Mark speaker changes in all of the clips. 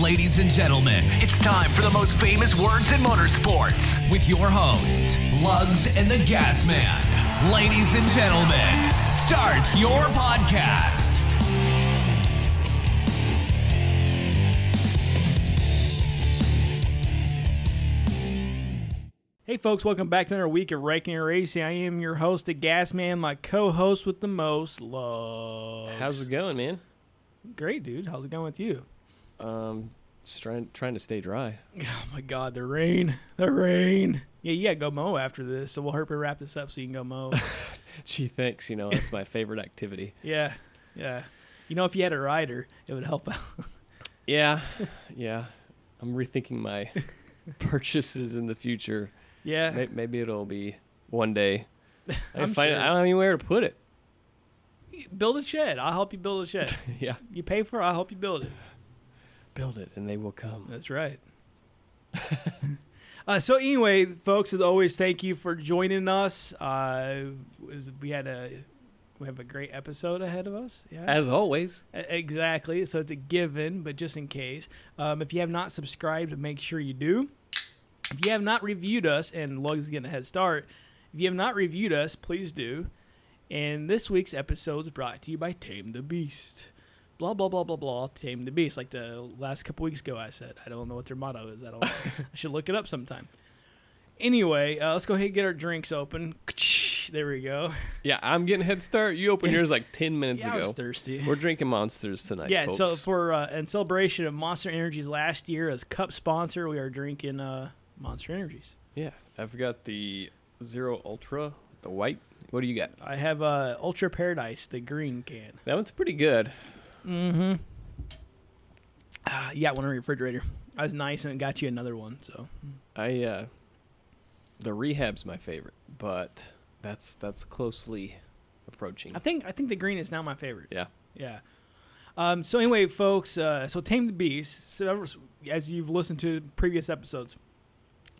Speaker 1: ladies and gentlemen, it's time for the most famous words in motorsports with your host, Lugs and the Gas Man. Ladies and gentlemen, start your podcast.
Speaker 2: Hey folks, welcome back to another week of Raking and Racing. I am your host, the Gas Man, my co-host with the most love.
Speaker 3: How's it going, man?
Speaker 2: Great, dude. How's it going with you?
Speaker 3: Um, just trying trying to stay dry.
Speaker 2: Oh my God, the rain, the rain. Yeah, you gotta go mow after this, so we'll hurry wrap this up so you can go mow.
Speaker 3: Gee, thanks. You know, that's my favorite activity.
Speaker 2: yeah, yeah. You know, if you had a rider, it would help out.
Speaker 3: Yeah, yeah. I'm rethinking my purchases in the future.
Speaker 2: yeah,
Speaker 3: May- Maybe it'll be one day. I,
Speaker 2: I'm
Speaker 3: find-
Speaker 2: sure.
Speaker 3: I don't have anywhere to put it.
Speaker 2: build a shed. I'll help you build a shed.
Speaker 3: Yeah,
Speaker 2: you pay for it, I'll help you build it.
Speaker 3: build it, and they will come.
Speaker 2: That's right. uh, so anyway, folks, as always, thank you for joining us. Uh, is- we had a we have a great episode ahead of us. Yeah,
Speaker 3: As always,
Speaker 2: E- exactly. So it's a given, but just in case, um, if you have not subscribed, make sure you do. If you have not reviewed us, and Lugs getting a head start, if you have not reviewed us, please do. And this week's episode is brought to you by Tame the Beast. Blah blah blah blah blah. Tame the Beast. Like the last couple weeks ago, I said I don't know what their motto is. I don't. I should look it up sometime. Anyway, uh, let's go ahead and get our drinks open. There we go.
Speaker 3: yeah. I'm getting a head start. You opened yours like ten minutes
Speaker 2: Yeah, I
Speaker 3: ago.
Speaker 2: was thirsty.
Speaker 3: We're drinking monsters tonight.
Speaker 2: Yeah,
Speaker 3: folks.
Speaker 2: so for uh, in celebration of Monster Energy's last year as cup sponsor, we are drinking uh, Monster Energies.
Speaker 3: yeah, I've got the Zero Ultra, the white. What do you got?
Speaker 2: I have uh, Ultra Paradise, the green can.
Speaker 3: That one's pretty good.
Speaker 2: Uh, yeah, one in the refrigerator. I was nice and got you another one. So
Speaker 3: I uh the rehab's my favorite, but that's that's closely approaching.
Speaker 2: I think I think the green is now my favorite.
Speaker 3: Yeah.
Speaker 2: Yeah. Um, so anyway, folks, uh, so Tame the Beast. So that was- as you've listened to previous episodes,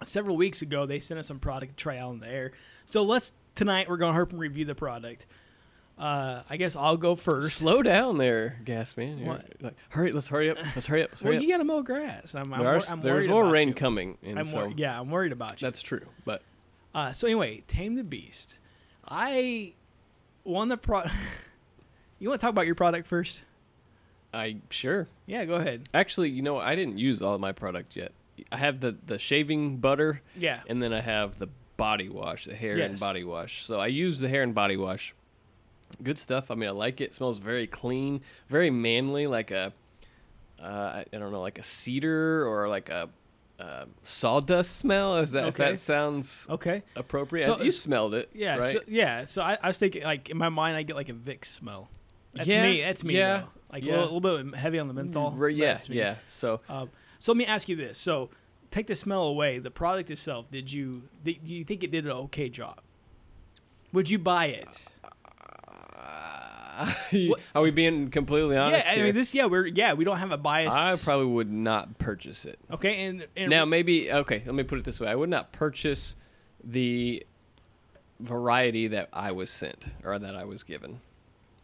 Speaker 2: several weeks ago they sent us some product to try out in the air. So let's tonight we're gonna help them review the product. Uh, I guess I'll go first.
Speaker 3: Slow down there, gas man. You're
Speaker 2: What?
Speaker 3: Like, hurry, let's hurry up. Let's hurry up. Let's
Speaker 2: Well,
Speaker 3: hurry
Speaker 2: you gotta mow grass. I'm, I'm,
Speaker 3: up.
Speaker 2: wor-
Speaker 3: There's,
Speaker 2: I'm
Speaker 3: there's
Speaker 2: worried
Speaker 3: more
Speaker 2: about
Speaker 3: rain
Speaker 2: you.
Speaker 3: coming, and
Speaker 2: I'm
Speaker 3: so
Speaker 2: wor- yeah, I'm worried about you.
Speaker 3: that's true. But
Speaker 2: Uh, so anyway, Tame the Beast. I won the pro. you want to talk about your product first?
Speaker 3: I sure.
Speaker 2: Yeah, go ahead.
Speaker 3: Actually, you know, I didn't use all of my product yet. I have the the shaving butter,
Speaker 2: Yeah.
Speaker 3: and then I have the body wash, the hair
Speaker 2: Yes.
Speaker 3: and body wash. So I use the hair and body wash. Good stuff. I mean, I like it. It smells very clean, very manly, like a uh, I I don't know, like a cedar or like a uh, sawdust smell. Is that if
Speaker 2: Okay.
Speaker 3: that sounds
Speaker 2: Okay.
Speaker 3: appropriate?
Speaker 2: So
Speaker 3: you
Speaker 2: it's-
Speaker 3: smelled it,
Speaker 2: Yeah,
Speaker 3: Right?
Speaker 2: so, yeah. So I, I was thinking, like in my mind, I get like a Vicks smell. That's
Speaker 3: Yeah,
Speaker 2: me. That's me.
Speaker 3: yeah,
Speaker 2: though. Like
Speaker 3: yeah. Mm,
Speaker 2: a, little, little bit heavy on the menthol.
Speaker 3: Right,
Speaker 2: but
Speaker 3: yeah,
Speaker 2: that's me.
Speaker 3: yeah. So
Speaker 2: Um, so let me ask you this: So take the smell away. The product itself, did you did, do you think it did an okay job? Would you buy it?
Speaker 3: are we being completely honest?
Speaker 2: Uh, yeah, I
Speaker 3: here?
Speaker 2: mean this. Yeah, we're yeah we don't have a bias.
Speaker 3: I probably would not purchase it.
Speaker 2: okay, and, and
Speaker 3: Now, maybe okay. Let me put it this way: I would not purchase the variety that I was sent or that I was given.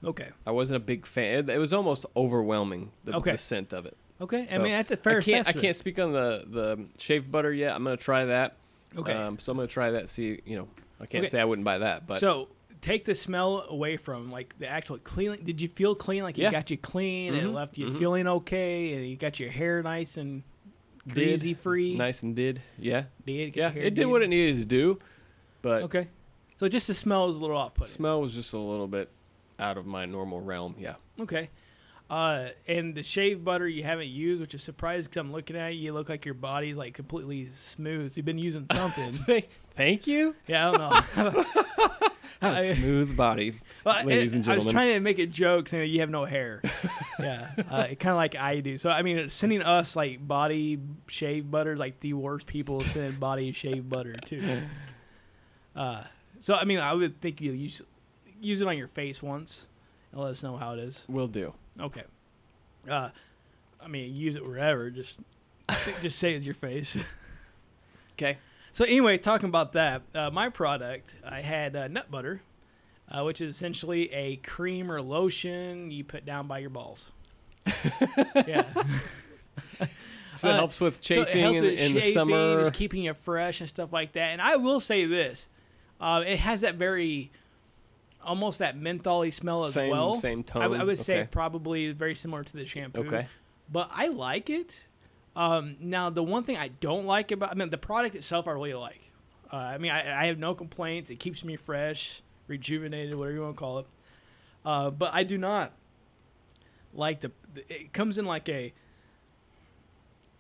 Speaker 2: okay,
Speaker 3: I wasn't a big fan. It, it was almost overwhelming the,
Speaker 2: Okay.
Speaker 3: the scent of it.
Speaker 2: okay. I
Speaker 3: So,
Speaker 2: mean that's a fair
Speaker 3: I can't,
Speaker 2: assessment.
Speaker 3: I can't speak on the the shaved butter yet. I'm gonna try that.
Speaker 2: Okay.
Speaker 3: Um, so I'm gonna try that. See, you know, I can't
Speaker 2: Okay.
Speaker 3: say I wouldn't buy that, but
Speaker 2: so take the smell away from like the actual clean. Did you feel clean? Like
Speaker 3: Yeah. Mm-hmm,
Speaker 2: it got you clean and it left you feeling okay, and you got your hair nice and
Speaker 3: did.
Speaker 2: greasy free.
Speaker 3: nice and did. Yeah.
Speaker 2: Did, get
Speaker 3: Yeah.
Speaker 2: your hair
Speaker 3: It did what
Speaker 2: did.
Speaker 3: it needed to do, but
Speaker 2: Okay. So just the smell is a little off putting.
Speaker 3: smell was just a little bit out of my normal realm. Yeah.
Speaker 2: okay. Uh, and the shave butter you haven't used, which is surprised because I'm looking at you. You look like your body's like completely smooth. You've been using something.
Speaker 3: Thank you.
Speaker 2: yeah, I don't know.
Speaker 3: Have a
Speaker 2: I-
Speaker 3: smooth body,
Speaker 2: Well,
Speaker 3: ladies
Speaker 2: it-
Speaker 3: and
Speaker 2: I was
Speaker 3: gentlemen.
Speaker 2: trying to make a joke saying that you have no hair. yeah, uh, kind of like I do. So I mean, sending us like body shave butter, like the worst people send body shave butter too. Uh, so I mean, I would think you use use it on your face once and let us know how it is.
Speaker 3: Will do.
Speaker 2: Okay. Uh, I mean, use it wherever. Just just say it's your face.
Speaker 3: Okay.
Speaker 2: So anyway, talking about that, uh, my product, I had uh, nut butter, uh, which is essentially a cream or lotion you put down by your balls. yeah.
Speaker 3: So it helps with
Speaker 2: Uh, it helps
Speaker 3: chafing
Speaker 2: with
Speaker 3: in- in the
Speaker 2: chafing,
Speaker 3: summer.
Speaker 2: It's keeping it fresh and stuff like that. And I will say this, uh, it has that very almost that mentholy smell as
Speaker 3: Same-
Speaker 2: well.
Speaker 3: same
Speaker 2: I, w- I
Speaker 3: tone,
Speaker 2: would say
Speaker 3: okay.
Speaker 2: probably very similar to the shampoo.
Speaker 3: Okay.
Speaker 2: But I like it. Um, now the one thing I don't like about I mean the product itself I really like. Uh, I mean I, I have no complaints. It keeps me fresh, rejuvenated, whatever you want to call it. Uh, but I do not like the. It comes in like a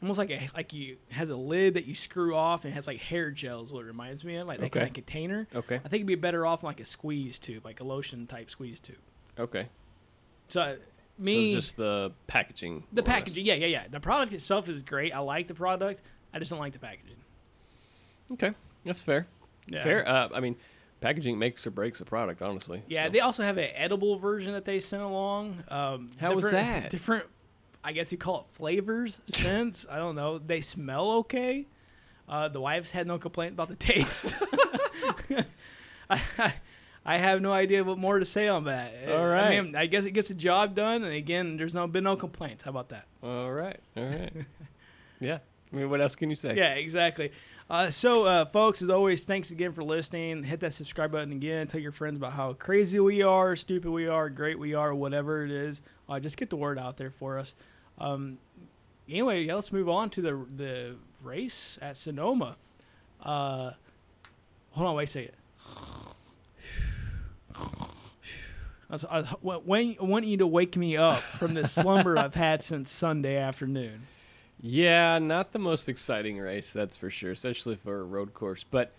Speaker 2: almost like a like you has a lid that you screw off and it has like hair gels. What it reminds me of like that
Speaker 3: Okay.
Speaker 2: kind of container.
Speaker 3: Okay.
Speaker 2: I think it'd be better off in like a squeeze tube, like a lotion type squeeze tube.
Speaker 3: Okay.
Speaker 2: So uh, me
Speaker 3: so just the packaging.
Speaker 2: the
Speaker 3: more or less.
Speaker 2: packaging, yeah, yeah, yeah. The product itself is great. I like the product. I just don't like the packaging.
Speaker 3: Okay, that's fair.
Speaker 2: Yeah.
Speaker 3: Fair. Uh, I mean, packaging makes or breaks a product, honestly.
Speaker 2: Yeah,
Speaker 3: so.
Speaker 2: they also have an edible version that they sent along. Um,
Speaker 3: How was
Speaker 2: different-
Speaker 3: that?
Speaker 2: Different, I guess you call it flavors, scents. I don't know. They smell okay. Uh, the wives had no complaint about the taste. I, I have no idea what more to say on that.
Speaker 3: All
Speaker 2: I,
Speaker 3: right.
Speaker 2: mean, I guess it gets the job done. And again, there's no been no complaints. How about that?
Speaker 3: All right. All right. yeah. I mean, what else can you say?
Speaker 2: Yeah, exactly. Uh, so, uh, folks, as always, thanks again for listening. Hit that subscribe button again. Tell your friends about how crazy we are, stupid we are, great we are, whatever it is. Uh, just get the word out there for us. Um, anyway, yeah, let's move on to the the race at Sonoma. Uh, hold on, wait a second. I, was, I, was- uh, when, want you to wake me up from this slumber I've had since Sunday afternoon.
Speaker 3: Yeah, not the most exciting race, that's for sure, especially for a road course. But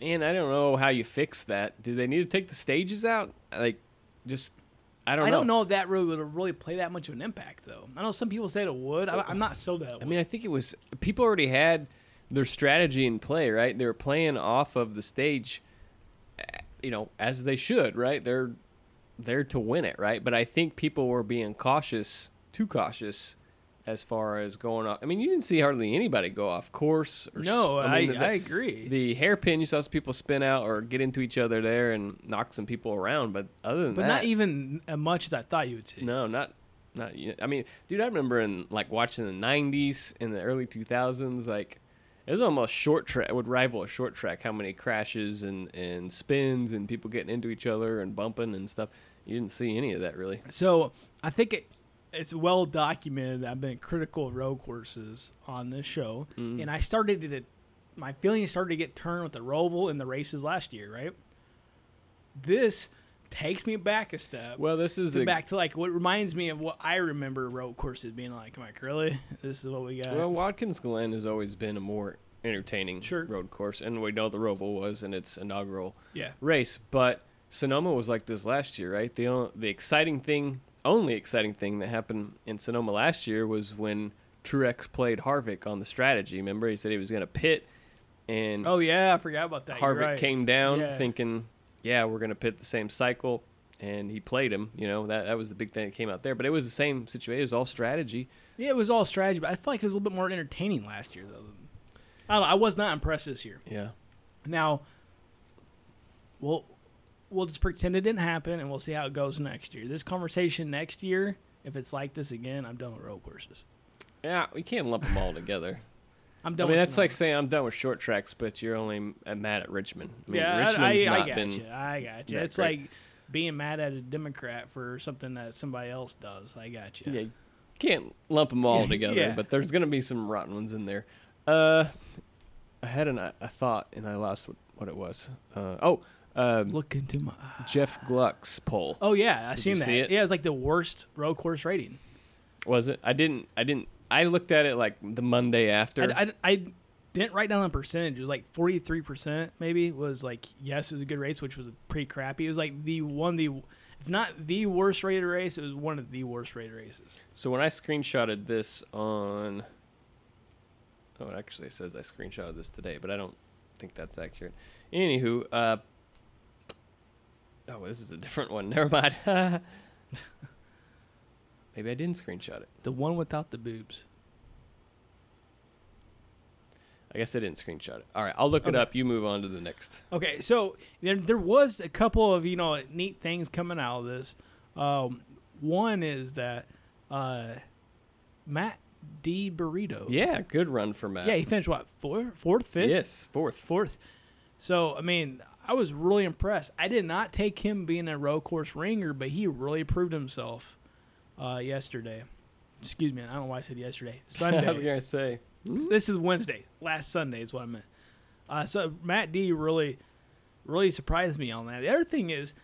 Speaker 3: man, I don't know how you fix that. Do they need to take the stages out? Like, just I don't.
Speaker 2: I
Speaker 3: know.
Speaker 2: don't know if that really would really play that much of an impact, though. I know some people said it would. I, I'm not so that. It would.
Speaker 3: I mean, I think it was people already had their strategy in play, right? They were playing off of the stage, eh, you know, as they should, right? They're there to win it, right? But I think people were being cautious, too cautious, as far as going off. I mean, you didn't see hardly anybody go off course. Or s-
Speaker 2: no, I,
Speaker 3: mean, the-
Speaker 2: I agree.
Speaker 3: The hairpin, you saw some people spin out or get into each other there and knock some people around. But other than
Speaker 2: but
Speaker 3: that,
Speaker 2: not even as much as I thought you would see.
Speaker 3: no, not not yet. I mean, dude, I remember in like watching the '90s and the early 2000s, like it was almost short track. It would rival a short track. How many crashes and and spins and people getting into each other and bumping and stuff. You didn't see any of that really.
Speaker 2: So I think it, it's well documented. that I've been critical of road courses on this show,
Speaker 3: Mm-hmm.
Speaker 2: and I started to. My feelings started to get turned with the Roval and the races last year, right? This takes me back a step.
Speaker 3: Well, this is
Speaker 2: to
Speaker 3: the
Speaker 2: back to like what reminds me of what I remember road courses being like. I'm like, really? This is what we got.
Speaker 3: well, Watkins Glen has always been a more entertaining
Speaker 2: Sure.
Speaker 3: road course, and we know the Roval was in its inaugural
Speaker 2: yeah.
Speaker 3: race, but Sonoma was like this last year, right? The only, the exciting thing, only exciting thing that happened in Sonoma last year was when Truex played Harvick on the strategy. Remember, he said he was going to pit, and
Speaker 2: Oh yeah, I forgot about that. You're
Speaker 3: Harvick
Speaker 2: right.
Speaker 3: came down
Speaker 2: Yeah.
Speaker 3: thinking, yeah, we're going to pit the same cycle, and he played him. You know that that was the big thing that came out there, but it was the same situation. It was all strategy.
Speaker 2: Yeah, it was all strategy, but I feel like it was a little bit more entertaining last year though. I don't know. I was not impressed this year.
Speaker 3: Yeah.
Speaker 2: Now, we'll we'll just pretend it didn't happen, and we'll see how it goes next year. This conversation next year, if it's like this again, I'm done with road courses.
Speaker 3: Yeah, we can't lump them all together.
Speaker 2: I'm
Speaker 3: I
Speaker 2: done.
Speaker 3: mean,
Speaker 2: with
Speaker 3: that's
Speaker 2: Sonoma.
Speaker 3: like saying I'm done with short tracks, but you're only m- mad at Richmond. I mean,
Speaker 2: yeah, I,
Speaker 3: Richmond's
Speaker 2: I, I
Speaker 3: not
Speaker 2: got
Speaker 3: been
Speaker 2: you. I got you.
Speaker 3: that
Speaker 2: It's
Speaker 3: great.
Speaker 2: like being mad at a Democrat for something that somebody else does. I got you.
Speaker 3: Yeah, you can't lump them all together,
Speaker 2: Yeah.
Speaker 3: but there's gonna be some rotten ones in there. Uh, I had an, a thought and I lost what, what it was. Uh, oh, um,
Speaker 2: Look into my eyes.
Speaker 3: Jeff Gluck's poll
Speaker 2: Oh yeah, I seen
Speaker 3: you
Speaker 2: that.
Speaker 3: see it?
Speaker 2: Yeah, it's like the worst road course rating.
Speaker 3: was it? I didn't. I didn't. I looked at it like the Monday after.
Speaker 2: I, I, I didn't write down a percentage. It was like 43% maybe was like, yes, it was a good race, which was pretty crappy. It was like the one, the if not the worst rated race, it was one of the worst rated races.
Speaker 3: so when I screenshotted this on, oh, it actually says I screenshotted this today, but I don't think that's accurate. Anywho, uh, oh, this is a different one. Never mind. Maybe I didn't screenshot it.
Speaker 2: The one without the boobs.
Speaker 3: I guess I didn't screenshot it. All right, I'll look it
Speaker 2: Okay.
Speaker 3: up. You move on to the next.
Speaker 2: Okay, so there, there was a couple of you know neat things coming out of this. Um, one is that uh, Matt D Burrito.
Speaker 3: Yeah, good run for Matt.
Speaker 2: Yeah, he finished what four, fourth, fifth,
Speaker 3: yes, fourth.
Speaker 2: fourth. So I mean, I was really impressed. I did not take him being a row course ringer, but he really proved himself uh, yesterday. Excuse me, I don't know why I said yesterday.
Speaker 3: I was
Speaker 2: Sunday.
Speaker 3: gonna say.
Speaker 2: this is Wednesday. Last Sunday is what I meant. Uh, so Matt D really, really surprised me on that. The other thing is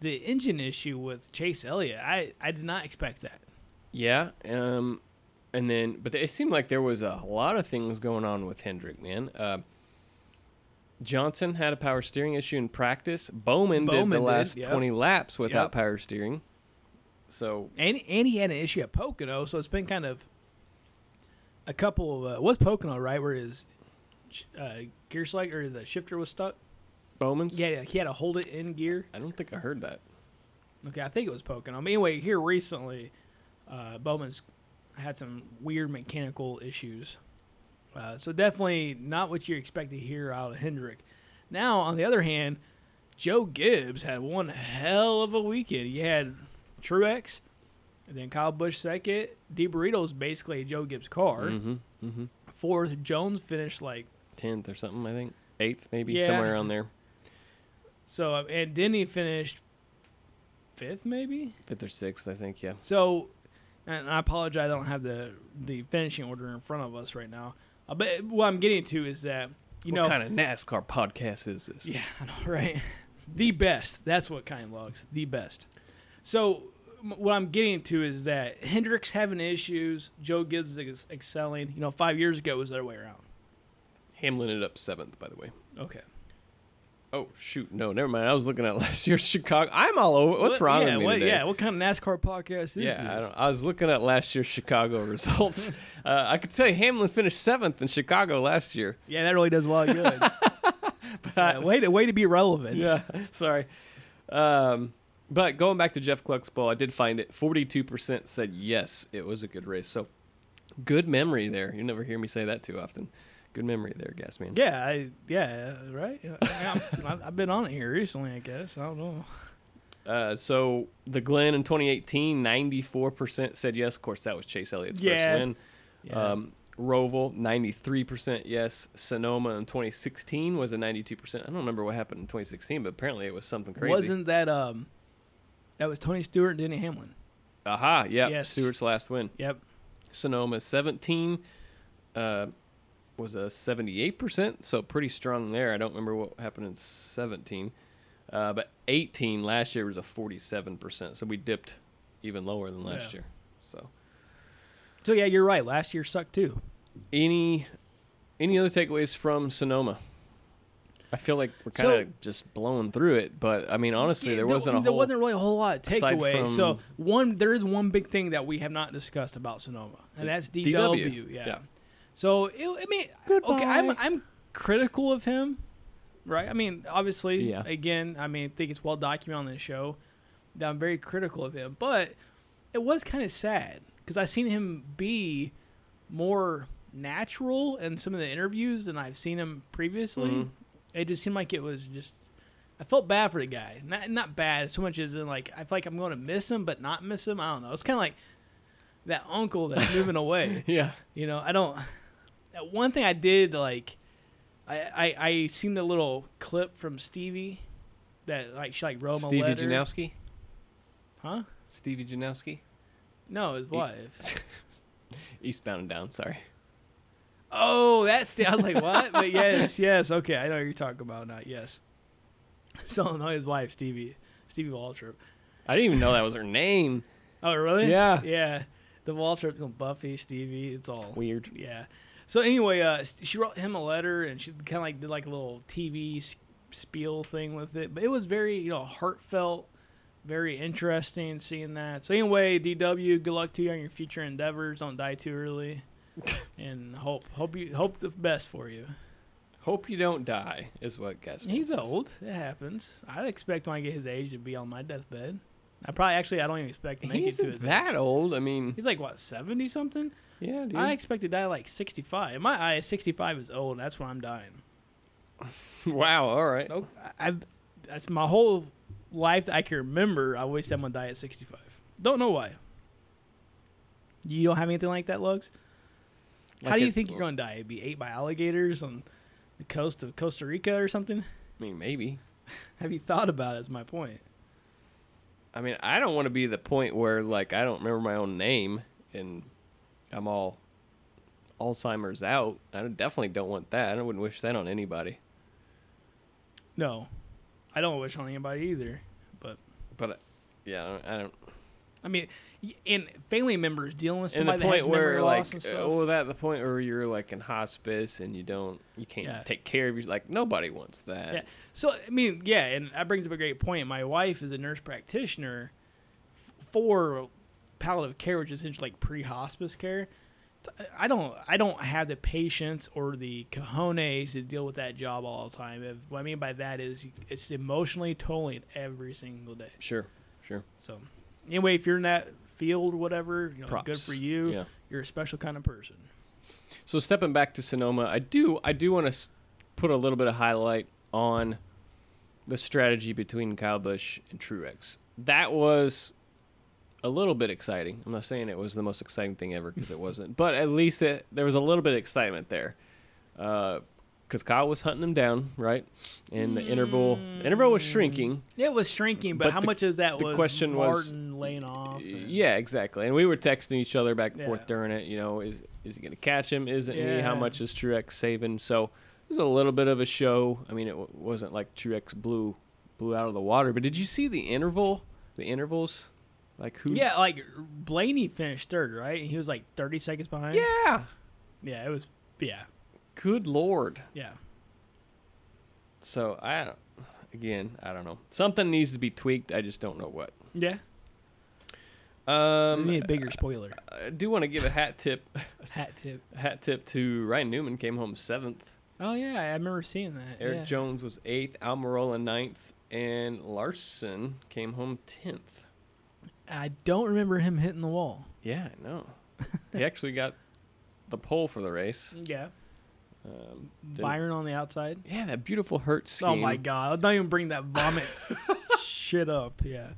Speaker 2: the engine issue with Chase Elliott. I I did not expect that.
Speaker 3: Yeah. Um, and then, but it seemed like there was a lot of things going on with Hendrick, man. Uh, Johnson had a power steering issue in practice. Bowman,
Speaker 2: Bowman
Speaker 3: did
Speaker 2: did,
Speaker 3: the last
Speaker 2: yep.
Speaker 3: 20 laps without
Speaker 2: Yep.
Speaker 3: power steering. So,
Speaker 2: and and he had an issue at Pocono, so it's been kind of a couple of uh, was Pocono right where his sh- uh, gear slug or his shifter was stuck.
Speaker 3: Bowman's?
Speaker 2: Yeah, yeah, he had to hold it in gear.
Speaker 3: I don't think I heard that.
Speaker 2: Okay, I think it was Pocono. But anyway, here recently, uh, Bowman's had some weird mechanical issues. Uh, so definitely not what you expect to hear out of Hendrick. Now, on the other hand, Joe Gibbs had one hell of a weekend. He had Truex, and then Kyle Busch second. D Burrito's basically a Joe Gibbs car.
Speaker 3: Mm-hmm.
Speaker 2: Fourth, Jones finished like
Speaker 3: 10th or something, I think. 8th, maybe,
Speaker 2: Yeah.
Speaker 3: somewhere around there.
Speaker 2: so, and Denny finished fifth, maybe.
Speaker 3: 5th or 6th, I think, yeah.
Speaker 2: So, and I apologize, I don't have the the finishing order in front of us right now. Uh, but what I'm getting to is that you
Speaker 3: what
Speaker 2: know,
Speaker 3: kind of NASCAR podcast is this?
Speaker 2: yeah, I know, right, the best. That's what kind logs the best. So m- what I'm getting to is that Hendricks having issues, Joe Gibbs is excelling. You know, five years ago it was the other way around.
Speaker 3: Hamlin ended up 7th, by the way.
Speaker 2: Okay,
Speaker 3: Oh, shoot. No, never mind. I was looking at last year's Chicago. I'm all over.
Speaker 2: What-
Speaker 3: What's wrong
Speaker 2: yeah,
Speaker 3: with me
Speaker 2: what,
Speaker 3: today?
Speaker 2: Yeah, what kind of NASCAR podcast is this?
Speaker 3: Yeah, I, don't, I was looking at last year's Chicago results. uh, I could tell you Hamlin finished seventh in Chicago last year.
Speaker 2: yeah, that really does a lot of good. yeah, way to way to be relevant.
Speaker 3: Yeah, sorry. Um, but going back to Jeff Cluck's poll, I did find it. Forty-two percent said yes, it was a good race. So good memory there. You never hear me say that too often. Good memory there, Gasman.
Speaker 2: Yeah, I, yeah, right. I, I, I've been on it here recently, I guess. I don't know.
Speaker 3: Uh, so the Glen in 2018, 94% said yes. Of course, that was Chase Elliott's
Speaker 2: Yeah.
Speaker 3: first win. Um, Roval, 93% yes. Sonoma in 2016 was a 92%. I don't remember what happened in 2016, but apparently it was something crazy.
Speaker 2: Wasn't that um, that was Tony Stewart and Denny Hamlin?
Speaker 3: Aha, yeah.
Speaker 2: Yes.
Speaker 3: Stewart's last win.
Speaker 2: Yep.
Speaker 3: Sonoma 17 uh, was a 78%, so pretty strong there. I don't remember what happened in 17. Uh, but 18 last year was a 47%, so we dipped even lower than last
Speaker 2: Yeah.
Speaker 3: year. So
Speaker 2: So yeah, you're right. Last year sucked too.
Speaker 3: any any other takeaways from Sonoma? I feel like we're
Speaker 2: So-
Speaker 3: kind of just blowing through it, but I mean honestly, there wasn't a
Speaker 2: there
Speaker 3: whole
Speaker 2: wasn't really a whole lot of
Speaker 3: aside
Speaker 2: takeaway.
Speaker 3: from-
Speaker 2: So one, there is one big thing that we have not discussed about Sonoma, and that's DW. Yeah. So it, I mean, okay, I'm I'm critical of him, right? I mean, obviously,
Speaker 3: Yeah.
Speaker 2: again, I mean, I think it's well documented on this show that I'm very critical of him, but it was kind of sad because I've seen him be more natural in some of the interviews than I've seen him previously. It just seemed like it was just. I felt bad for the guy. Not not bad so much as in like I feel like I'm going to miss him, but not miss him. I don't know. It's kind of like that uncle that's moving away.
Speaker 3: Yeah.
Speaker 2: You know, I don't. uh, One thing I did like, I I, I seen the little clip from Stevie, that like she like wrote him a
Speaker 3: Stevie
Speaker 2: letter.
Speaker 3: Janowski?
Speaker 2: Huh?
Speaker 3: Stevie Janowski?
Speaker 2: No, his wife.
Speaker 3: Eastbound and down, sorry.
Speaker 2: oh, that's the. I was like, what? but yes, yes. Okay, I know what you're talking about. Not yes. So no, his wife Stevie, Stevie Waltrip.
Speaker 3: I didn't even know that was her name.
Speaker 2: Oh really?
Speaker 3: Yeah.
Speaker 2: Yeah. The Waltrips on Buffy, Stevie. It's all
Speaker 3: Weird.
Speaker 2: Yeah. So anyway, uh, s- she wrote him a letter, and she kind of like did like a little TV s- spiel thing with it, but it was very you know heartfelt, very interesting seeing that. So anyway, DW, good luck to you on your future endeavors. Don't die too early, and hope hope you hope the best for you.
Speaker 3: Hope you don't die is what Gasman
Speaker 2: He's
Speaker 3: says.
Speaker 2: old. It happens. I expect when I get his age to be on my deathbed. I probably actually I don't even expect to make
Speaker 3: He
Speaker 2: it to his
Speaker 3: isn't that
Speaker 2: age.
Speaker 3: old. I mean,
Speaker 2: He's like what seventy something.
Speaker 3: yeah, dude.
Speaker 2: I expect to die like sixty five. In my eyes, sixty five is old. And that's when I'm dying.
Speaker 3: wow. All right.
Speaker 2: Nope. I've that's my whole life that I can remember. I always said I'm gonna die at 65. Don't know why. You don't have anything like that, Lugs? How
Speaker 3: Like
Speaker 2: do you
Speaker 3: it-
Speaker 2: think you're going to die? Be ate by alligators on the coast of Costa Rica or something?
Speaker 3: I mean, maybe.
Speaker 2: Have you thought about it? Is my point.
Speaker 3: I mean, I don't want to be the point where like I don't remember my own name and I'm all Alzheimer's out. I definitely don't want that. I wouldn't wish that on anybody.
Speaker 2: No, I don't wish on anybody either. But
Speaker 3: But uh, yeah, I don't- I don't.
Speaker 2: I mean, y- and family members dealing with
Speaker 3: And the
Speaker 2: somebody that
Speaker 3: point
Speaker 2: has memory
Speaker 3: where like,
Speaker 2: loss and
Speaker 3: uh,
Speaker 2: stuff.
Speaker 3: well, that the point where you're like in hospice and you don't, you can't
Speaker 2: Yeah.
Speaker 3: take care of you. Like nobody wants that.
Speaker 2: Yeah. So I mean, yeah, and that brings up a great point. My wife is a nurse practitioner f- for palliative care, which is essentially like pre-hospice care. T- I don't, I don't have the patience or the cojones to deal with that job all the time. If, what I mean by that is it's emotionally tolling every single day.
Speaker 3: Sure, sure.
Speaker 2: So anyway, if you're in that field, whatever, you know, good
Speaker 3: Props.
Speaker 2: for you.
Speaker 3: Yeah.
Speaker 2: You're a special kind of person.
Speaker 3: So stepping back to Sonoma, I do I do want to put a little bit of highlight on the strategy between Kyle Busch and Truex. That was a little bit exciting. I'm not saying it was the most exciting thing ever because it wasn't, but at least it, there was a little bit of excitement there. Because Kyle was hunting him down, right? And the interval interval was shrinking.
Speaker 2: It was shrinking, but,
Speaker 3: But
Speaker 2: how
Speaker 3: the-
Speaker 2: much of that
Speaker 3: the
Speaker 2: was
Speaker 3: question was-
Speaker 2: Martin laying off? and-
Speaker 3: Yeah, exactly. And we were texting each other back and
Speaker 2: Yeah.
Speaker 3: forth during it. You know, is is he going to catch him? Isn't he?
Speaker 2: Yeah.
Speaker 3: How much is Truex saving? So it was a little bit of a show. I mean, it w- wasn't like Truex blew blew out of the water. But did you see the interval? The intervals, like who?
Speaker 2: Yeah, like Blaney finished third, right? And he was like 30 seconds behind.
Speaker 3: yeah.
Speaker 2: Yeah, it was. Yeah,
Speaker 3: Good lord.
Speaker 2: yeah.
Speaker 3: So I, don't- again, I don't know. Something needs to be tweaked. I just don't know what.
Speaker 2: Yeah. We
Speaker 3: Um,
Speaker 2: need a bigger spoiler.
Speaker 3: I do want to give a hat tip.
Speaker 2: Hat tip.
Speaker 3: A hat tip to Ryan Newman. Came home seventh.
Speaker 2: Oh, yeah. I remember seeing that.
Speaker 3: Eric
Speaker 2: yeah.
Speaker 3: Jones was eighth, Almirola ninth, and Larson came home tenth.
Speaker 2: I don't remember him hitting the wall.
Speaker 3: Yeah, I know. he actually got the pole for the race.
Speaker 2: Yeah.
Speaker 3: Um, didn't-
Speaker 2: Byron on the outside.
Speaker 3: Yeah, that beautiful hurt scheme.
Speaker 2: Oh, my God. Don't even bring that vomit shit up. Yeah.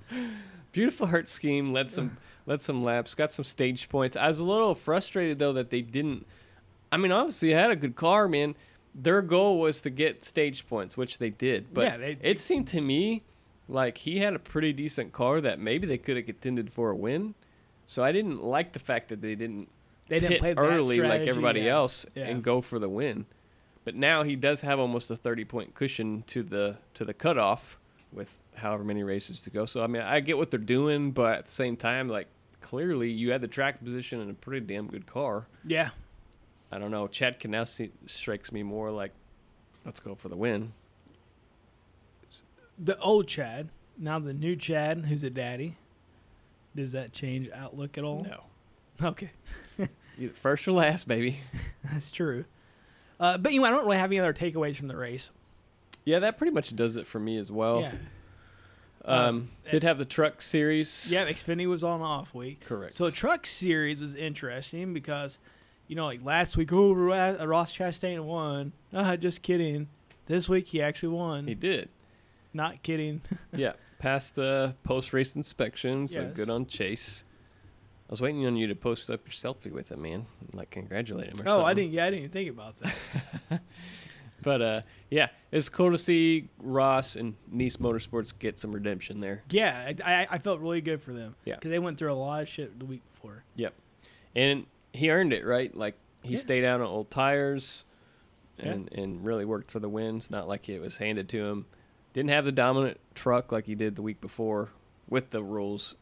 Speaker 3: Beautiful hurt scheme led some led some laps, got some stage points. I was a little frustrated though that they didn't. I mean, obviously, I had a good car, man. Their goal was to get stage points, which they did. But
Speaker 2: Yeah, they-
Speaker 3: it seemed to me like he had a pretty decent car that maybe they could have contended for a win. So I didn't like the fact that they didn't
Speaker 2: They didn't
Speaker 3: pit
Speaker 2: play that
Speaker 3: early like
Speaker 2: strategy,
Speaker 3: everybody
Speaker 2: yeah.
Speaker 3: else
Speaker 2: Yeah.
Speaker 3: and go for the win. But now he does have almost a 30 point cushion to the to the cutoff with however many races to go. So I mean, I get what they're doing, but at the same time, like clearly you had the track position in a pretty damn good car.
Speaker 2: Yeah.
Speaker 3: I don't know. Chad Knell se- strikes me more like, let's go for the win.
Speaker 2: The old Chad, now the new Chad, who's a daddy. Does that change outlook at all?
Speaker 3: No,
Speaker 2: Okay.
Speaker 3: either first or last, baby.
Speaker 2: That's true. Uh, but anyway, I don't really have any other takeaways from the race.
Speaker 3: Yeah, that pretty much does it for me as well.
Speaker 2: Yeah. Uh,
Speaker 3: Um, did have the truck series.
Speaker 2: Yeah, Xfinity was on off week.
Speaker 3: Correct.
Speaker 2: So truck series was interesting because, you know, like last week, oh, Ra- Ross Chastain won. Ah, just kidding. This week he actually won.
Speaker 3: he did.
Speaker 2: Not kidding.
Speaker 3: yeah, passed the post race inspection, so
Speaker 2: Yes.
Speaker 3: good on Chase. I was waiting on you to post up your selfie with him, man. and, Like congratulate him. Or
Speaker 2: oh, I
Speaker 3: something.
Speaker 2: didn't. Yeah, I didn't even think about that.
Speaker 3: But uh, yeah, it's cool to see Ross and Nice Motorsports get some redemption there.
Speaker 2: yeah, I, I, I felt really good for them.
Speaker 3: Yeah.
Speaker 2: Because they went through a lot of shit the week before.
Speaker 3: Yep, and he earned it, right? Like he
Speaker 2: Yeah.
Speaker 3: stayed out on old tires,
Speaker 2: Yeah.
Speaker 3: and and really worked for the wins. Not like it was handed to him. Didn't have the dominant truck like he did the week before with the rules,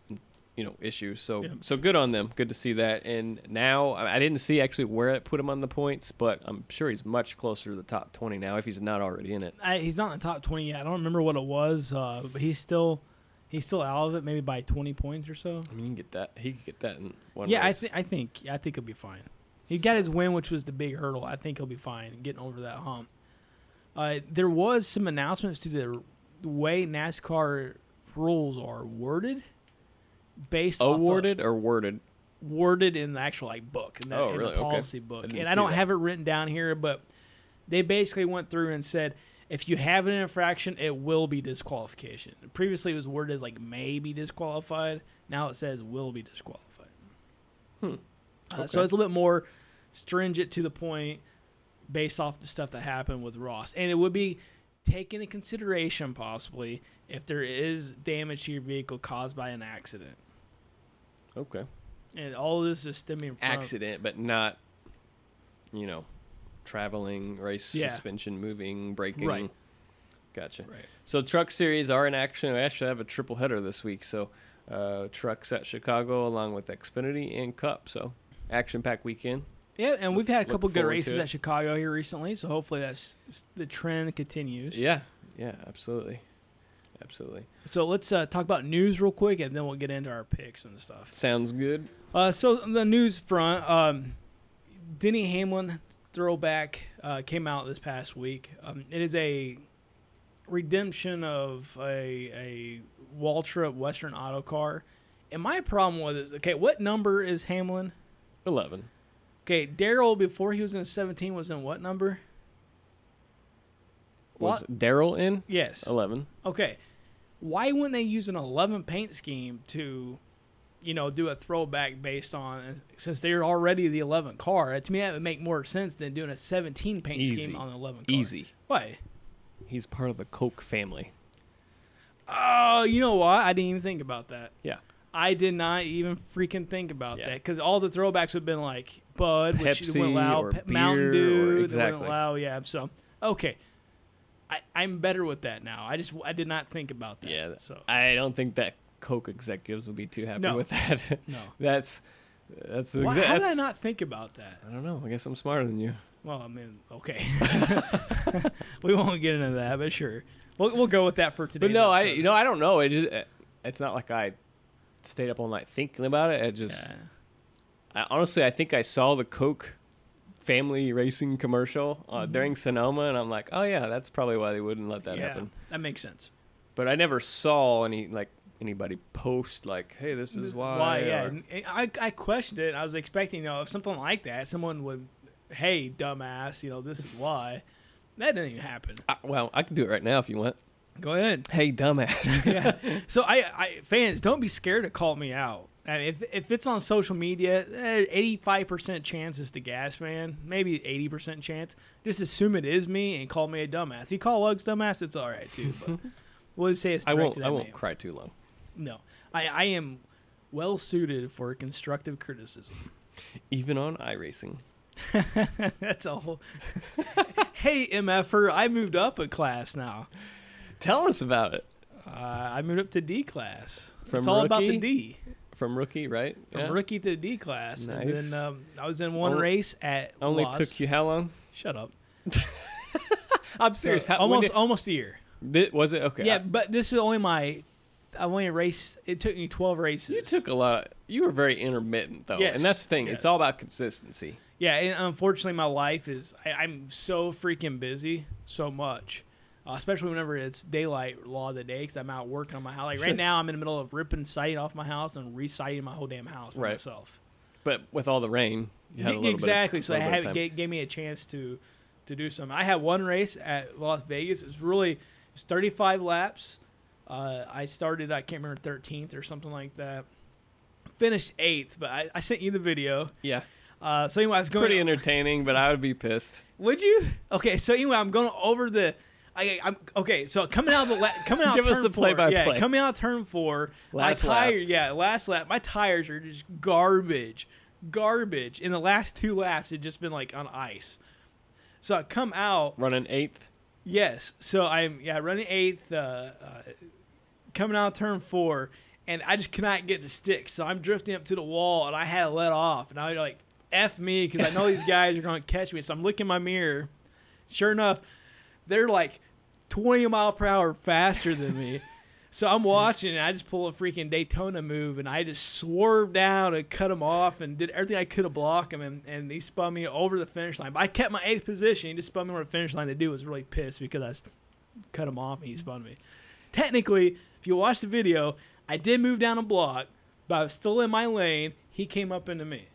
Speaker 3: you know, issues. So
Speaker 2: Yeah.
Speaker 3: so good on them. Good to see that. And now I I didn't see actually where it put him on the points, but I'm sure he's much closer to the top 20 now if he's not already in it.
Speaker 2: I, he's not in the top twenty yet. I don't remember what it was, uh, but he's still, he's still out of it, maybe by twenty points or so.
Speaker 3: I mean, you can get that. He could get that in one.
Speaker 2: Yeah, I,
Speaker 3: race.
Speaker 2: th- I think I think he'll be fine. He got his win, which was the big hurdle. I think he'll be fine getting over that hump. Uh, there was some announcements to the the way NASCAR rules are worded, based off of-
Speaker 3: awarded or Oh, worded.
Speaker 2: worded in the actual like book in the,
Speaker 3: Oh,
Speaker 2: in
Speaker 3: really?
Speaker 2: the
Speaker 3: Okay.
Speaker 2: policy
Speaker 3: I
Speaker 2: book.
Speaker 3: didn't
Speaker 2: and I
Speaker 3: see
Speaker 2: don't
Speaker 3: that.
Speaker 2: have it written down here, but they basically went through and said if you have an infraction, it will be disqualification. Previously, it was worded as like may be disqualified. Now it says will be disqualified. Uh, so
Speaker 3: Hmm. Okay.
Speaker 2: it's a little bit more stringent to the point based off the stuff that happened with Ross. And it would be taken into consideration possibly if there is damage to your vehicle caused by an accident.
Speaker 3: Okay.
Speaker 2: And all of this is stemming from
Speaker 3: Accident, but not, you know, traveling, race,
Speaker 2: Yeah.
Speaker 3: suspension, moving, braking.
Speaker 2: Right.
Speaker 3: Gotcha.
Speaker 2: Right.
Speaker 3: So truck series are in action. We actually have a triple header this week. So uh, trucks at Chicago along with Xfinity and Cup. So action pack weekend.
Speaker 2: Yeah, and we've had a
Speaker 3: look
Speaker 2: couple good
Speaker 3: forward to
Speaker 2: races
Speaker 3: it.
Speaker 2: at Chicago here recently, so hopefully that's the trend continues.
Speaker 3: Yeah. Yeah. Absolutely. Absolutely.
Speaker 2: So let's uh, talk about news real quick, and then we'll get into our picks and stuff.
Speaker 3: Sounds good.
Speaker 2: Uh, so on the news front, um, Denny Hamlin throwback uh, came out this past week. Um, it is a redemption of a a Waltrip Western Auto car. And my problem with it, okay, what number is Hamlin?
Speaker 3: Eleven.
Speaker 2: Okay, Daryl before he was in seventeen was in what number?
Speaker 3: Was
Speaker 2: What?
Speaker 3: Daryl in?
Speaker 2: Yes.
Speaker 3: Eleven.
Speaker 2: Okay. Why wouldn't they use an 11 paint scheme to, you know, do a throwback based on since they're already the 11 car? To me, that would make more sense than doing a 17 paint
Speaker 3: Easy.
Speaker 2: scheme on an 11 car.
Speaker 3: Easy.
Speaker 2: Why?
Speaker 3: He's part of the Coke family.
Speaker 2: Oh, you know what? I didn't even think about that.
Speaker 3: Yeah.
Speaker 2: I did not even freaking think about
Speaker 3: Yeah.
Speaker 2: that because all the throwbacks would have been like Bud, which
Speaker 3: Pepsi
Speaker 2: wouldn't allow,
Speaker 3: or
Speaker 2: Pe- Mountain
Speaker 3: beer
Speaker 2: Dew,
Speaker 3: or-
Speaker 2: they
Speaker 3: exactly.
Speaker 2: wouldn't allow. Yeah, so okay, I, I'm better with that now. I just I did not think about that.
Speaker 3: Yeah.
Speaker 2: so
Speaker 3: I don't think that Coke executives will be too happy
Speaker 2: No.
Speaker 3: with that.
Speaker 2: No.
Speaker 3: That's that's
Speaker 2: Why,
Speaker 3: exa-
Speaker 2: how did I
Speaker 3: that's-
Speaker 2: not think about that?
Speaker 3: I don't know. I guess I'm smarter than you.
Speaker 2: Well, I mean, okay, we won't get into that, but sure, we'll, we'll go with that for today.
Speaker 3: But no, I you know I don't know. It just eh, it's not like I stayed up all night thinking about it. I just I, honestly I think I saw the Coke family racing commercial uh, during Sonoma, and I'm like, oh yeah, that's probably why they wouldn't let that
Speaker 2: Mm-hmm. yeah,
Speaker 3: happen.
Speaker 2: that makes sense.
Speaker 3: But I never saw any like anybody post like, hey, this is why. uh,
Speaker 2: yeah,
Speaker 3: or-
Speaker 2: and I I questioned it. I was expecting, you know, if something like that, someone would, hey, dumbass, you know, this is why. That didn't even happen.
Speaker 3: I, well, I can do it right now if you want.
Speaker 2: Go ahead.
Speaker 3: Hey, dumbass.
Speaker 2: yeah. So I, I fans, don't be scared to call me out. I mean, if if it's on social media, eighty five percent chance is the gas man, maybe eighty percent chance. Just assume it is me and call me a dumbass. If you call Lugs dumbass, it's all right too. But we'll just say it's
Speaker 3: I
Speaker 2: directed
Speaker 3: won't.
Speaker 2: at
Speaker 3: I won't
Speaker 2: me.
Speaker 3: cry too long.
Speaker 2: No, I I am well suited for constructive criticism.
Speaker 3: Even on iRacing.
Speaker 2: That's all. hey, mf'er, I moved up a class now.
Speaker 3: Tell us about it.
Speaker 2: Uh, I moved up to D class.
Speaker 3: From
Speaker 2: it's all about the
Speaker 3: rookie?
Speaker 2: D.
Speaker 3: From rookie, right?
Speaker 2: From
Speaker 3: Yeah.
Speaker 2: rookie to D class, and
Speaker 3: Nice.
Speaker 2: then um, I was in one
Speaker 3: Only-
Speaker 2: race at
Speaker 3: Only
Speaker 2: Las-
Speaker 3: took you how long?
Speaker 2: Shut up.
Speaker 3: I'm serious. how, when
Speaker 2: almost
Speaker 3: did-
Speaker 2: almost a year.
Speaker 3: thi- was it okay?
Speaker 2: Yeah,
Speaker 3: I-
Speaker 2: but this is only my. I only raced. It took me twelve races.
Speaker 3: you took a lot. You were very intermittent though,
Speaker 2: Yes,
Speaker 3: and that's the thing.
Speaker 2: yes.
Speaker 3: It's all about consistency.
Speaker 2: Yeah, and unfortunately, my life is I, I'm so freaking busy, so much, uh, especially whenever it's daylight law of the day because I'm out working on my house. Like
Speaker 3: Sure.
Speaker 2: right now, I'm in the middle of ripping siding off my house and reciting my whole damn house by
Speaker 3: Right.
Speaker 2: myself.
Speaker 3: But with all the rain, you had a
Speaker 2: Y-
Speaker 3: little bit of-
Speaker 2: E, exactly. so it
Speaker 3: little bit of
Speaker 2: had,
Speaker 3: time.
Speaker 2: gave, gave me a chance to to do something. I had one race at Las Vegas. It was really it was 35 laps. Uh, I started I can't remember 13th or something like that. Finished eighth, but I, I sent you the video.
Speaker 3: yeah,
Speaker 2: Uh, so anyway, I was going.
Speaker 3: pretty entertaining. But I would be pissed.
Speaker 2: Would you? Okay. So anyway, I'm going over the. I, I'm okay. So coming out of the la- coming out. of
Speaker 3: Give us
Speaker 2: turn
Speaker 3: the
Speaker 2: four-
Speaker 3: play-by-play.
Speaker 2: Yeah, coming out of turn four.
Speaker 3: Last
Speaker 2: my
Speaker 3: lap.
Speaker 2: tire, Yeah, last lap. My tires are just garbage, garbage. In the last two laps, it just been like on ice. So I come out.
Speaker 3: Running eighth.
Speaker 2: Yes. So I'm yeah running eighth, uh, uh, coming out of turn four, and I just cannot get the stick. So I'm drifting up to the wall, and I had to let off, and I was like, "F me," because I know these guys are going to catch me. So I'm looking in my mirror. Sure enough, they're like 20 mile per hour faster than me. So I'm watching, and I just pull a freaking Daytona move, and I just swerved down and cut him off, and did everything I could to block him, and, and he spun me over the finish line. But I kept my eighth position. He just spun me over the finish line. The dude was really pissed because I s- cut him off, and he spun me. Technically, if you watch the video, I did move down a block, but I was still in my lane. He came up into me.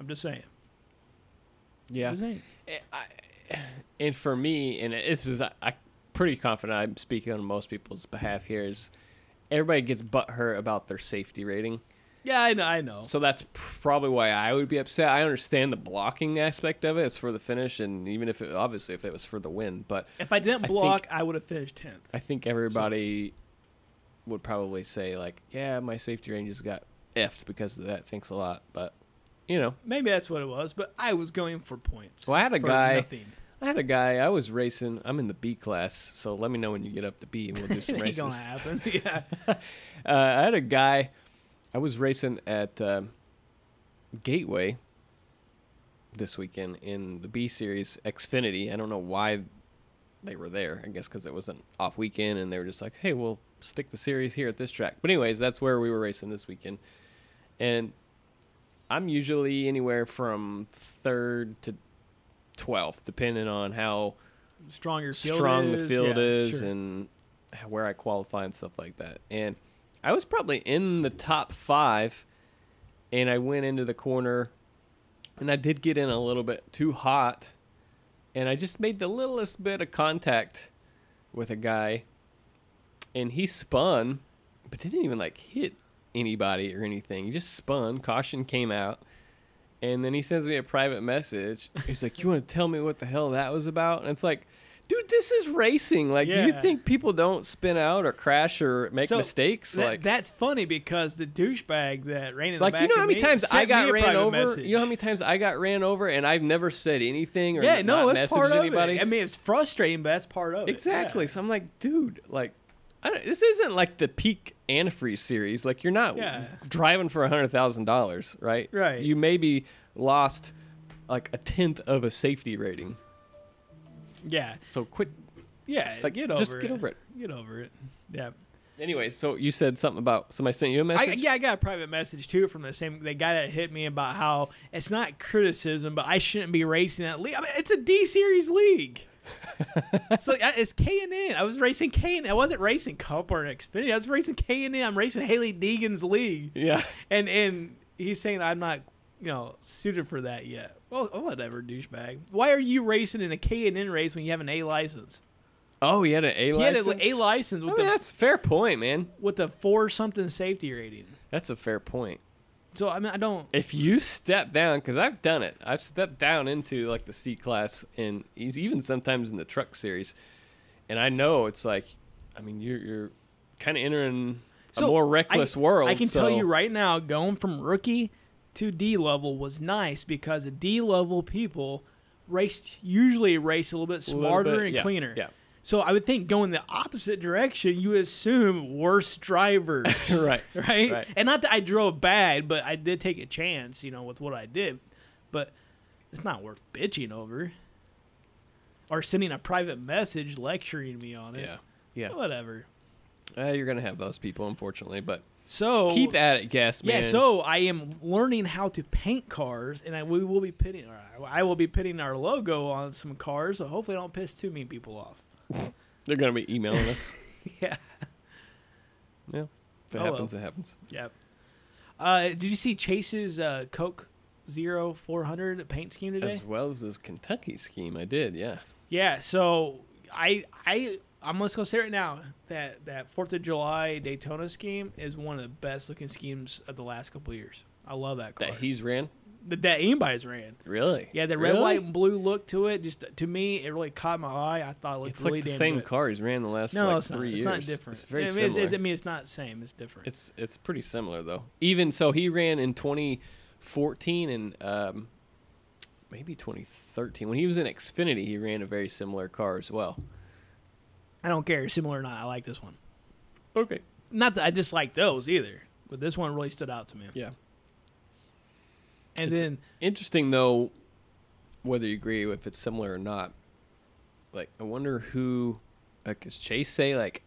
Speaker 2: I'm just saying.
Speaker 3: Yeah.
Speaker 2: Just saying.
Speaker 3: and for me, and this is I, I pretty confident I'm speaking on most people's behalf here is everybody gets butthurt about their safety rating,
Speaker 2: Yeah, I know. I know.
Speaker 3: So that's probably why I would be upset. I understand the blocking aspect of it. It's for the finish, and even if it, obviously if it was for the win, but
Speaker 2: If I didn't
Speaker 3: I think-
Speaker 2: block, I, would have finished tenth.
Speaker 3: I think everybody would probably say like, yeah, my safety ranges got effed because of that. Thanks a lot, but you know,
Speaker 2: Maybe that's what it was, but I was going for points.
Speaker 3: Well, I had a
Speaker 2: for
Speaker 3: guy.
Speaker 2: Nothing.
Speaker 3: I had a guy. I was racing. I'm in the B class, so let me know when you get up to B, and we'll do some
Speaker 2: It ain't
Speaker 3: races.
Speaker 2: gonna happen. Yeah.
Speaker 3: uh, I had a guy. I was racing at um Gateway this weekend in the B Series Xfinity. I don't know why they were there. I guess because it was an off weekend, and they were just like, "Hey, we'll stick the series here at this track." But anyways, that's where we were racing this weekend, and I'm usually anywhere from third to twelfth, depending on how
Speaker 2: Strong your field
Speaker 3: strong
Speaker 2: is.
Speaker 3: the field
Speaker 2: yeah,
Speaker 3: is
Speaker 2: sure.
Speaker 3: and where I qualify and stuff like that. And I was probably in the top five, and I went into the corner, and I did get in a little bit too hot, and I just made the littlest bit of contact with a guy, and he spun, but didn't even like hit anybody or anything. He just spun. Caution came out. And then he sends me a private message. He's like, "You want to tell me what the hell that was about?" And it's like, "Dude, this is racing. Like, you
Speaker 2: Yeah.
Speaker 3: think people don't spin out or crash or make
Speaker 2: So,
Speaker 3: mistakes?
Speaker 2: that-
Speaker 3: like,
Speaker 2: that's funny because the douchebag that ran in
Speaker 3: like
Speaker 2: the back
Speaker 3: you know
Speaker 2: of
Speaker 3: how many
Speaker 2: me
Speaker 3: times I
Speaker 2: sent me
Speaker 3: got
Speaker 2: a
Speaker 3: ran
Speaker 2: private
Speaker 3: over?
Speaker 2: message.
Speaker 3: You know how many times I got ran over, and I've never said anything or
Speaker 2: Yeah,
Speaker 3: n-
Speaker 2: no,
Speaker 3: not
Speaker 2: that's
Speaker 3: messaged
Speaker 2: part of
Speaker 3: anybody.
Speaker 2: it. I mean, it's frustrating, but that's part of it. yeah.
Speaker 3: Exactly. So I'm like, dude, like, I don't, this isn't like the peak antifreeze series. Like, you're not
Speaker 2: Yeah.
Speaker 3: driving for a hundred thousand dollars, right?
Speaker 2: Right.
Speaker 3: You maybe lost like a tenth of a safety rating.
Speaker 2: Yeah.
Speaker 3: So quit.
Speaker 2: Yeah.
Speaker 3: Like,
Speaker 2: get over
Speaker 3: just
Speaker 2: it.
Speaker 3: get over it.
Speaker 2: Get over it. Yeah.
Speaker 3: Anyway, so you said something about somebody sent you a
Speaker 2: I,
Speaker 3: message.
Speaker 2: yeah, I got a private message too from the same the guy that hit me about how it's not criticism, but I shouldn't be racing that league. I mean, it's a D series league. so I- it's K and N. I was racing K and I wasn't racing Cup or Xfinity. I was racing K and N. I'm racing Haley Deegan's league.
Speaker 3: Yeah.
Speaker 2: and and he's saying I'm not you know suited for that yet. Well, oh, whatever, douchebag. Why are you racing in a K and N race when you have an A license?
Speaker 3: Oh, he had an A
Speaker 2: He
Speaker 3: license.
Speaker 2: had an A license
Speaker 3: I
Speaker 2: with
Speaker 3: mean,
Speaker 2: the
Speaker 3: that's a fair point, man.
Speaker 2: with the four something safety rating.
Speaker 3: That's a fair point.
Speaker 2: So I mean, I don't.
Speaker 3: if you step down because i've done it i've stepped down into like the c class and he's even sometimes in the truck series and i know it's like i mean you're, you're kind of entering a more reckless
Speaker 2: I,
Speaker 3: world
Speaker 2: I can tell
Speaker 3: so-
Speaker 2: you right now, going from rookie to D level was nice because the D level people raced usually race a little bit
Speaker 3: little
Speaker 2: smarter
Speaker 3: bit-
Speaker 2: and
Speaker 3: yeah,
Speaker 2: cleaner.
Speaker 3: yeah
Speaker 2: So I would think going the opposite direction, you assume worse drivers,
Speaker 3: Right,
Speaker 2: Right?
Speaker 3: right.
Speaker 2: And not that I drove bad, but I did take a chance, you know, with what I did. But it's not worth bitching over or sending a private message lecturing me on it.
Speaker 3: yeah yeah
Speaker 2: Whatever.
Speaker 3: Uh, you're gonna have those people unfortunately but
Speaker 2: So
Speaker 3: keep at it gas
Speaker 2: Yeah,
Speaker 3: man
Speaker 2: so I am learning how to paint cars, and I, we will be pitting. Or I will be pitting our logo on some cars, so hopefully, I don't piss too many people off.
Speaker 3: they're gonna be emailing us
Speaker 2: Yeah.
Speaker 3: yeah if it
Speaker 2: Oh, well.
Speaker 3: happens it happens
Speaker 2: Yep. Uh, did you see Chase's uh, Coke Zero 400 paint scheme today?
Speaker 3: as well as this kentucky scheme i did yeah
Speaker 2: Yeah. So I I I'm just gonna say right now that that Fourth of July Daytona scheme is one of the best looking schemes of the last couple of years. I love that car.
Speaker 3: that he's ran
Speaker 2: that, that anybody's ran.
Speaker 3: really
Speaker 2: Yeah, the red,
Speaker 3: Really?
Speaker 2: white, and blue look to it. Just to me, it really caught my eye. I thought it looked
Speaker 3: it's
Speaker 2: really
Speaker 3: like the
Speaker 2: damn
Speaker 3: same
Speaker 2: good.
Speaker 3: car he's ran the last
Speaker 2: No,
Speaker 3: like
Speaker 2: it's
Speaker 3: three
Speaker 2: not.
Speaker 3: years
Speaker 2: It's not different.
Speaker 3: it's very
Speaker 2: I mean,
Speaker 3: similar
Speaker 2: It's, it's- I mean, it's not the same. It's different.
Speaker 3: It's it's pretty similar though. Even so, he ran in 2014 and um, maybe 2013 when he was in Xfinity. He ran a very similar car as well.
Speaker 2: I don't care, similar or not. I like this one.
Speaker 3: Okay.
Speaker 2: Not that I dislike those either, but this one really stood out to me.
Speaker 3: Yeah.
Speaker 2: And
Speaker 3: It's-
Speaker 2: then
Speaker 3: Interesting though, whether you agree if it's similar or not. Like, I wonder who. Like, does Chase say like,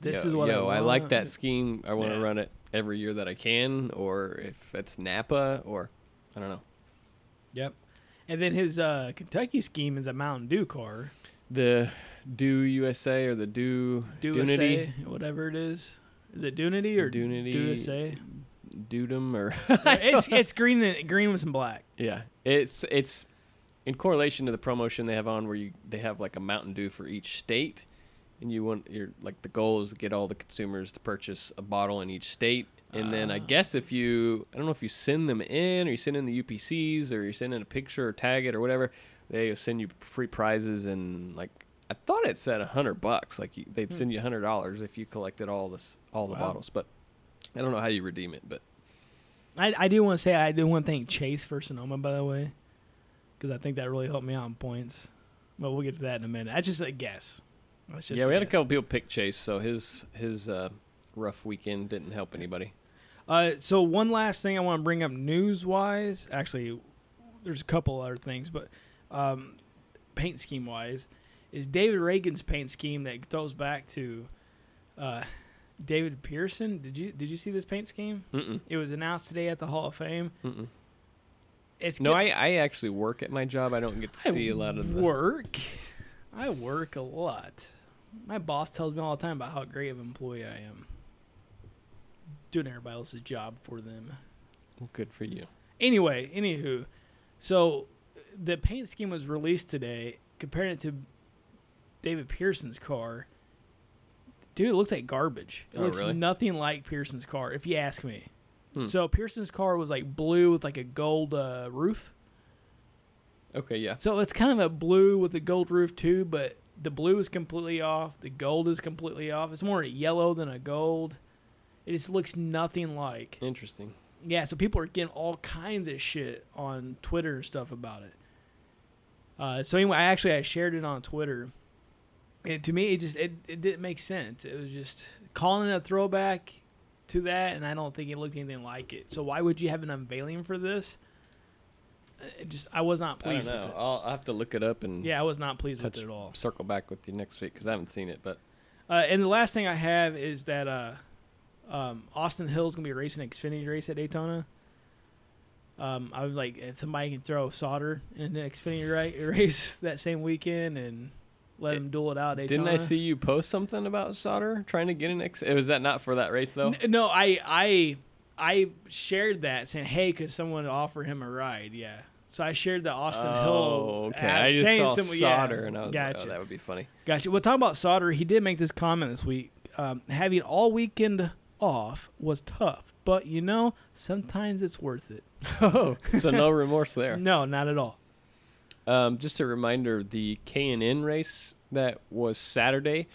Speaker 2: this
Speaker 3: yo,
Speaker 2: is what
Speaker 3: yo,
Speaker 2: I,
Speaker 3: I, like
Speaker 2: want.
Speaker 3: that scheme. I want to
Speaker 2: Yeah.
Speaker 3: run it every year that I can, or if it's Napa, or I don't know.
Speaker 2: Yep. And then his uh, Kentucky scheme is a Mountain Dew car,
Speaker 3: The Do USA or the Do
Speaker 2: Dew
Speaker 3: Dunity?
Speaker 2: USA, whatever it is. Is it Dunity or
Speaker 3: Dunity.
Speaker 2: USA?
Speaker 3: Dudum or
Speaker 2: it's it's green and green with some black.
Speaker 3: yeah, it's it's in correlation to the promotion they have on where you they have like a Mountain Dew for each state, and you want your like the goal is to get all the consumers to purchase a bottle in each state. And then I guess if you, I don't know if you send them in, or you send in the UPCs, or you send in a picture or tag it or whatever, they send you free prizes and like I thought it said a hundred bucks. Like you, they'd send you a hundred dollars if you collected all this all the
Speaker 2: Wow.
Speaker 3: bottles. But I don't know how you redeem it, but
Speaker 2: I, I do want to say I do want to thank Chase for Sonoma, by the way, because I think that really helped me out in points. But we'll get to that in a minute. That's just a guess. That's just
Speaker 3: yeah, we had a
Speaker 2: guess.
Speaker 3: couple people pick Chase, so his his uh, rough weekend didn't help anybody.
Speaker 2: Uh, so one last thing I want to bring up news-wise. Actually, there's a couple other things, but um, paint scheme-wise, is David Reagan's paint scheme that goes back to uh, David Pearson. Did you did you see this paint scheme?
Speaker 3: Mm-mm.
Speaker 2: It was announced today at the Hall of Fame.
Speaker 3: Mm-mm.
Speaker 2: It's
Speaker 3: No,
Speaker 2: get-
Speaker 3: I, I actually work at my job. I don't get to
Speaker 2: I
Speaker 3: see a lot of the.
Speaker 2: work. I work a lot. My boss tells me all the time about how great of an employee I am, doing everybody else's job for them.
Speaker 3: Good for you.
Speaker 2: Anyway, anywho, so the paint scheme was released today. Comparing it to David Pearson's car, dude, it looks like garbage. It
Speaker 3: Oh,
Speaker 2: looks
Speaker 3: really?
Speaker 2: nothing like Pearson's car, if you ask me.
Speaker 3: Hmm.
Speaker 2: So Pearson's car was like blue with like a gold uh, roof.
Speaker 3: Okay, yeah.
Speaker 2: So it's kind of a blue with a gold roof too, but the blue is completely off. The gold is completely off. It's more a yellow than a gold. It just looks nothing like.
Speaker 3: Interesting.
Speaker 2: Yeah, so people are getting all kinds of shit on Twitter and stuff about it. Uh, so anyway, I actually I shared it on Twitter. And to me, it just it, it didn't make sense. It was just calling it a throwback to that, and I don't think it looked anything like it. So why would you have an unveiling for this? Uh, It just I was not
Speaker 3: I don't
Speaker 2: pleased with
Speaker 3: know.
Speaker 2: it.
Speaker 3: I'll, I'll have to look it up and
Speaker 2: Yeah, I was not pleased
Speaker 3: touch
Speaker 2: with it at all.
Speaker 3: circle back with you next week because I haven't seen it. But
Speaker 2: Uh, and the last thing I have is that uh, um, Austin Hill's gonna be racing an Xfinity race at Daytona. Um, I would like if somebody can throw solder in the Xfinity ra- race that same weekend and let him duel it out. at Daytona.
Speaker 3: Eh, didn't I see you post something about solder trying to get an X? Was that not for that race though?
Speaker 2: N- No, I I I shared that saying, "Hey, could someone offer him a ride?" Yeah. So I shared the Austin
Speaker 3: Oh,
Speaker 2: Hill.
Speaker 3: okay.
Speaker 2: ad
Speaker 3: I just
Speaker 2: saying
Speaker 3: saw
Speaker 2: some- yeah,
Speaker 3: solder and I was
Speaker 2: gotcha.
Speaker 3: like, oh, that would be funny.
Speaker 2: Gotcha. Well, talking about solder, he did make this comment this week. Um, having all weekend off was tough, but you know, sometimes it's worth it.
Speaker 3: Oh, so no remorse there.
Speaker 2: No, not at all.
Speaker 3: Um, just a reminder: the K and N race that was Saturday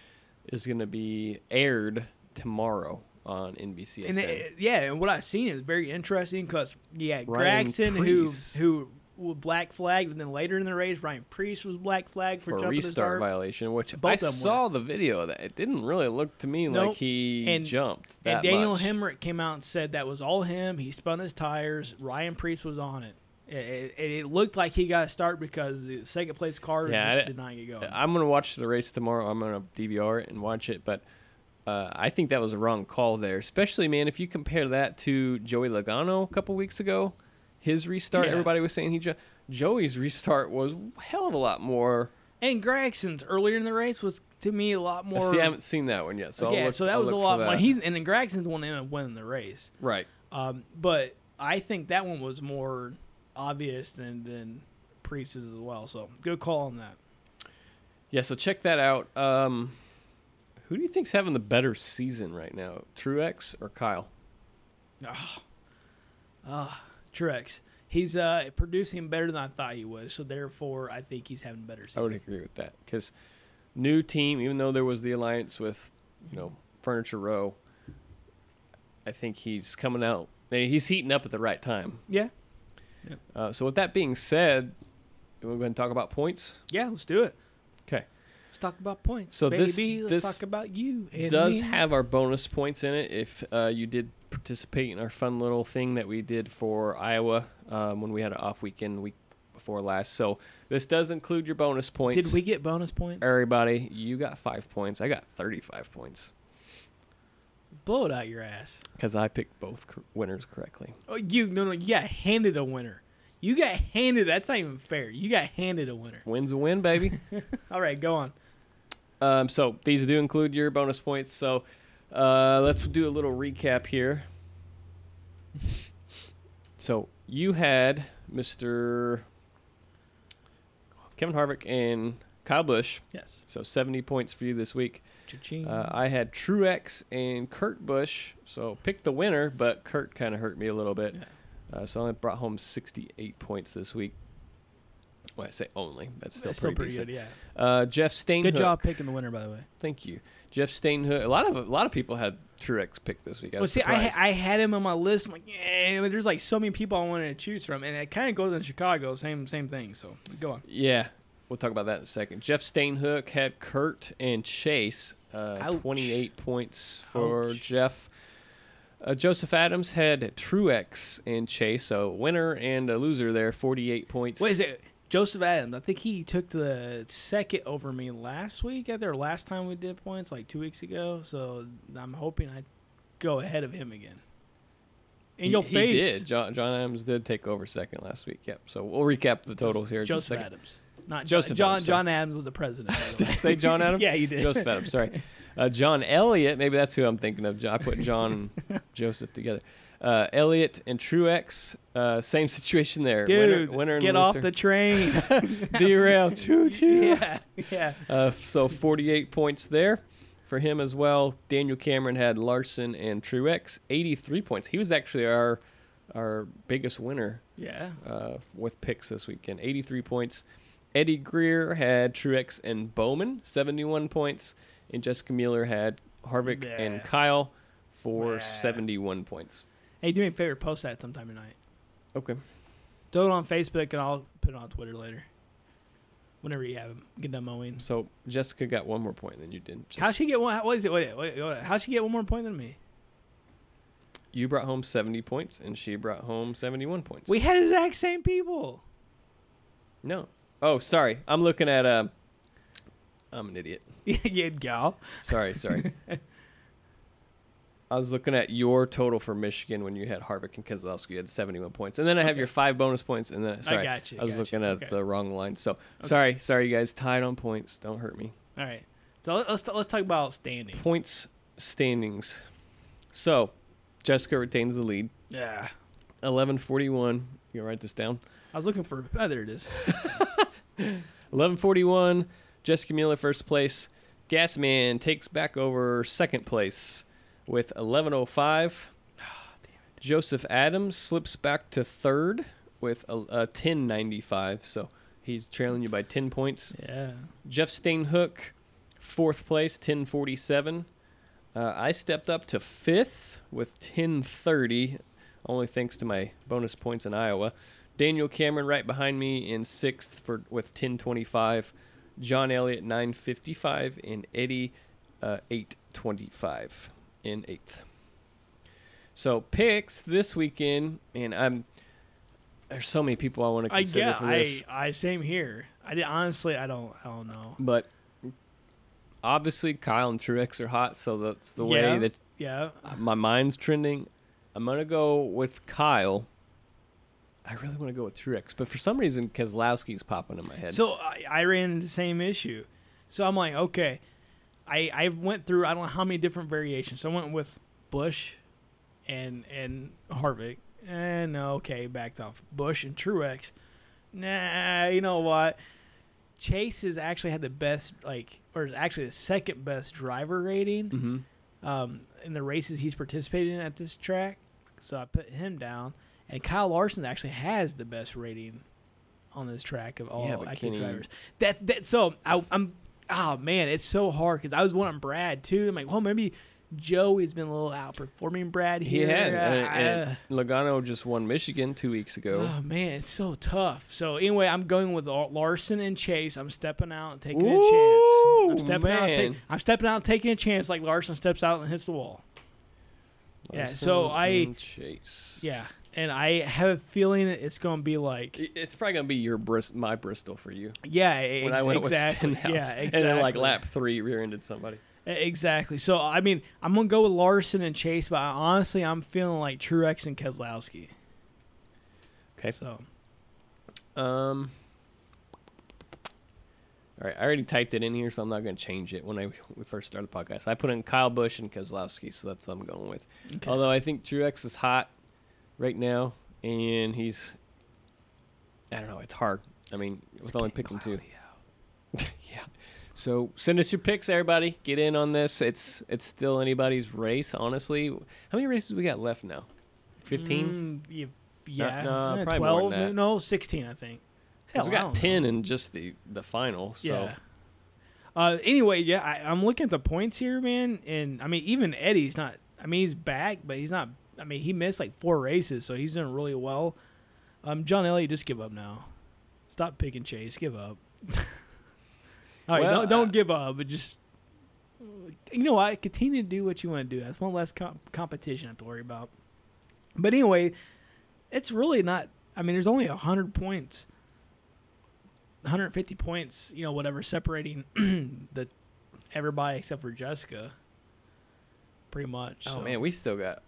Speaker 3: is going to be aired tomorrow on NBCSN.
Speaker 2: And it, yeah, and what I've seen is very interesting because yeah,
Speaker 3: Ryan
Speaker 2: Gregson, who
Speaker 3: Preece.
Speaker 2: who was black flagged, and then later in the race, Ryan Priest was black flagged for,
Speaker 3: for
Speaker 2: jumping the
Speaker 3: restart
Speaker 2: start.
Speaker 3: violation, which
Speaker 2: Both
Speaker 3: I
Speaker 2: of 'em were.
Speaker 3: saw the video of that it didn't really look to me
Speaker 2: Nope.
Speaker 3: like he
Speaker 2: And-
Speaker 3: jumped. That
Speaker 2: and Daniel
Speaker 3: much.
Speaker 2: Hemrick came out and said that was all him. He spun his tires. Ryan Priest was on it. It, it, it looked like he got a start because the second place car
Speaker 3: Yeah,
Speaker 2: just
Speaker 3: I-
Speaker 2: did not get going.
Speaker 3: I'm gonna watch the race tomorrow. I'm gonna DVR it and watch it, but uh, I think that was a wrong call there. Especially, man, if you compare that to Joey Logano a couple weeks ago, his restart.
Speaker 2: Yeah.
Speaker 3: Everybody was saying he ju- Joey's restart was hell of a lot more.
Speaker 2: And Gregson's earlier in the race was to me a lot more.
Speaker 3: See, I haven't seen that one yet, so I'll
Speaker 2: yeah,
Speaker 3: look-
Speaker 2: so that
Speaker 3: I'll
Speaker 2: was a
Speaker 3: look
Speaker 2: lot
Speaker 3: for
Speaker 2: more.
Speaker 3: that.
Speaker 2: He and then Gregson's the one that ended up winning the race.
Speaker 3: right.
Speaker 2: Um, but I think that one was more obvious than than Priest's as well. So good call on that.
Speaker 3: Yeah, so check that out. Um, who do you think's having the better season right now, Truex or Kyle?
Speaker 2: Ah, ah, Truex. He's uh, producing better than I thought he was, so therefore I think he's having better
Speaker 3: I
Speaker 2: season.
Speaker 3: would agree with that because new team, even though there was the alliance with, you know, Furniture Row, I think he's coming out. He's heating up at the right time.
Speaker 2: Yeah,
Speaker 3: Uh, so with that being said, we're going to talk about points.
Speaker 2: yeah. Let's do it.
Speaker 3: Okay.
Speaker 2: Let's talk about points.
Speaker 3: So
Speaker 2: baby,
Speaker 3: this-
Speaker 2: let's
Speaker 3: this
Speaker 2: talk about you. And
Speaker 3: does
Speaker 2: me.
Speaker 3: have our bonus points in it if uh, you did participate in our fun little thing that we did for Iowa um, when we had an off weekend week before last. So this does include your bonus points.
Speaker 2: Did we get bonus points?
Speaker 3: Everybody, you got five points. I got 35 points
Speaker 2: Blow it out your ass.
Speaker 3: because I picked both cor- winners correctly.
Speaker 2: Oh, you no no you got handed a winner. You got handed. That's not even fair. You got handed a winner.
Speaker 3: Win's a win, baby.
Speaker 2: All right, go on.
Speaker 3: um, so these do include your bonus points. So uh, let's do a little recap here. So you had Mr. Kevin Harvick and Kyle Bush.
Speaker 2: Yes.
Speaker 3: So 70 points for you this week.
Speaker 2: Cha-ching.
Speaker 3: Uh, I had Truex and Kurt Bush, so pick the winner, but Kurt kind of hurt me a little bit. Uh, so I only brought home 68 points this week. Well, I say only. That's still
Speaker 2: That's
Speaker 3: pretty,
Speaker 2: still pretty
Speaker 3: decent.
Speaker 2: good. Yeah.
Speaker 3: Uh, Jeff Stainhook.
Speaker 2: Good job picking the winner, by the way.
Speaker 3: Thank you, Jeff Stainhook. A lot of a lot of people had Truex picked this week. I
Speaker 2: Well,
Speaker 3: was
Speaker 2: see, I,
Speaker 3: surprised.
Speaker 2: ha- I had him on my list. I'm like, yeah, but there's like so many people I wanted to choose from, and it kind of goes in Chicago, same same thing. So go on.
Speaker 3: yeah, we'll talk about that in a second. Jeff Stainhook had Kurt and Chase. Uh,
Speaker 2: Ouch.
Speaker 3: 28 points for
Speaker 2: Ouch.
Speaker 3: Jeff. Uh, Joseph Adams had Truex and Chase, so winner and a loser there. 48 points.
Speaker 2: What is it? Joseph Adams. I think he took the second over me last week. At their last time we did points, like two weeks ago. So I'm hoping I go ahead of him again. In
Speaker 3: He-
Speaker 2: your
Speaker 3: he
Speaker 2: face,
Speaker 3: did. John, John Adams did take over second last week. Yep. So we'll recap the totals here. in just a
Speaker 2: Joseph
Speaker 3: second.
Speaker 2: Adams, not Joseph.
Speaker 3: Joseph
Speaker 2: John
Speaker 3: Adams, sorry.
Speaker 2: John Adams was the president. by the
Speaker 3: Did I
Speaker 2: way.
Speaker 3: say John Adams?
Speaker 2: yeah, you did.
Speaker 3: Joseph Adams. Sorry, uh, John Elliott. Maybe that's who I'm thinking of. Jo- I put John and Joseph together. Uh, Elliott and Truex. Uh, same situation there.
Speaker 2: Dude,
Speaker 3: winner, winner and
Speaker 2: get off
Speaker 3: loser.
Speaker 2: the train.
Speaker 3: derail. Choo choo.
Speaker 2: yeah, yeah.
Speaker 3: Uh, so 48 points there for him as well. Daniel Cameron had Larson and Truex. 83 points. He was actually our our biggest winner
Speaker 2: Yeah.
Speaker 3: uh, with picks this weekend. 83 points. Eddie Greer had Truex and Bowman, 71 points. And Jessica Mueller had Harvick
Speaker 2: Yeah.
Speaker 3: and Kyle for
Speaker 2: Yeah.
Speaker 3: 71 points.
Speaker 2: Hey, do me a favor, post that sometime tonight.
Speaker 3: Okay.
Speaker 2: Throw it on Facebook, and I'll put it on Twitter later. Whenever you have him, get done mowing.
Speaker 3: So Jessica got one more point than you did. Just-
Speaker 2: How she get one? What is it? What, what, what, how she get one more point than me?
Speaker 3: you brought home 70 points and she brought home 71 points.
Speaker 2: We had exact same people.
Speaker 3: No. Oh, sorry. I'm looking at. Um, I'm an idiot.
Speaker 2: yeah, yeah, gal.
Speaker 3: Sorry, sorry. I was looking at your total for Michigan when you had Harvick and Keselowski. You had 71 points. And then I have your five bonus points. And then, sorry,
Speaker 2: got you,
Speaker 3: I was
Speaker 2: got
Speaker 3: looking
Speaker 2: you.
Speaker 3: at
Speaker 2: Okay.
Speaker 3: the wrong line. So, sorry, sorry, you guys. Tied on points. Don't hurt me.
Speaker 2: All right. So let- let's let's talk about standings.
Speaker 3: Points, standings. So, Jessica retains the lead.
Speaker 2: Yeah.
Speaker 3: 1141. You gonna write this down?
Speaker 2: I was looking for. Oh, there it is.
Speaker 3: 1141. Jessica Mueller first place. Gasman takes back over second place with 1105. Joseph Adams slips back to third with a, a 1095. So he's trailing you by 10 points.
Speaker 2: Yeah.
Speaker 3: Jeff Stainhook, fourth place, 1047. Uh, I stepped up to fifth with 1030, only thanks to my bonus points in Iowa. Daniel Cameron right behind me in sixth for with 1025. John Elliott 955 and Eddie uh, 825 in eighth. So picks this weekend, and I'm there's so many people I want to
Speaker 2: I
Speaker 3: consider
Speaker 2: yeah.
Speaker 3: for this
Speaker 2: I I same here. I did, honestly I don't I don't know.
Speaker 3: but obviously Kyle and Truex are hot, so that's the
Speaker 2: yeah.
Speaker 3: way that
Speaker 2: yeah.
Speaker 3: my mind's trending. I'm gonna go with Kyle. I really want to go with Truex, but for some reason Keselowski's popping in my head.
Speaker 2: So I, I ran into the same issue. So I'm like, okay, I I went through I don't know how many different variations. So I went with Bush, and and Harvick, and okay, backed off Bush and Truex. Nah, you know what? Chase has actually had the best like, or is actually the second best driver rating
Speaker 3: Mhm.
Speaker 2: um, in the races he's participated in at this track. So I put him down. And Kyle Larson actually has the best rating on this track of all
Speaker 3: Yeah, but can
Speaker 2: active
Speaker 3: he-
Speaker 2: drivers. That's that. So I, I'm. Oh man, it's so hard because I was one on Brad too. I'm like, well, maybe Joe has been a little outperforming Brad
Speaker 3: he
Speaker 2: here.
Speaker 3: had, and,
Speaker 2: Uh,
Speaker 3: and Logano just won Michigan two weeks ago.
Speaker 2: Oh man, it's so tough. So anyway, I'm going with Lar- Larson and Chase. I'm stepping out and taking a
Speaker 3: Ooh,
Speaker 2: chance. I'm stepping out. And
Speaker 3: man.
Speaker 2: ta- I'm stepping out and taking a chance, like Larson steps out and hits the wall. yeah, so
Speaker 3: Larson
Speaker 2: I-
Speaker 3: and Chase.
Speaker 2: Yeah, and I have a feeling it's going to be like
Speaker 3: It- It's probably gonna be your Brist- my Bristol for you.
Speaker 2: yeah, e,
Speaker 3: When I went
Speaker 2: exactly.
Speaker 3: with Stenhouse,
Speaker 2: yeah, exactly.
Speaker 3: and then like lap three rear-ended somebody.
Speaker 2: E- exactly. So I mean, I'm going to go with Larson and Chase, but I, honestly, I'm feeling like Truex and Keselowski.
Speaker 3: Okay.
Speaker 2: So
Speaker 3: Um. All right, I already typed it in here, so I'm not going to change it. When I we first started the podcast, I put in Kyle Bush and Keselowski, so that's what I'm going with.
Speaker 2: Okay.
Speaker 3: Although I think Truex is hot right now, and he's I don't know, it's hard. I mean, with only picking two, yeah. So send us your picks, everybody. Get in on this. It's it's still anybody's race, honestly. How many races we got left now? Fifteen.
Speaker 2: Mm, y- yeah,
Speaker 3: no,
Speaker 2: eh,
Speaker 3: uh, probably more than
Speaker 2: 12,
Speaker 3: that.
Speaker 2: no, 16, I think. Hell,
Speaker 3: we
Speaker 2: I
Speaker 3: got
Speaker 2: don't know.
Speaker 3: ten in just the the final. So
Speaker 2: Yeah. Uh, anyway, yeah, I, I'm looking at the points here, man, and I mean, even Eddie's not. I mean, he's back, but he's not. I mean, he missed like four races, so he's doing really well. Um, John Elliott, just give up now. Stop picking Chase. Give up. All right,
Speaker 3: Well,
Speaker 2: don't, don't
Speaker 3: I-
Speaker 2: give up, but just you know what? Continue to do what you want to do. That's one less comp- competition I have to worry about. But anyway, it's really not. I mean, there's only hundred points. 150 points, you know, whatever, separating the everybody except for Jessica, pretty much.
Speaker 3: Oh
Speaker 2: so.
Speaker 3: man, we still got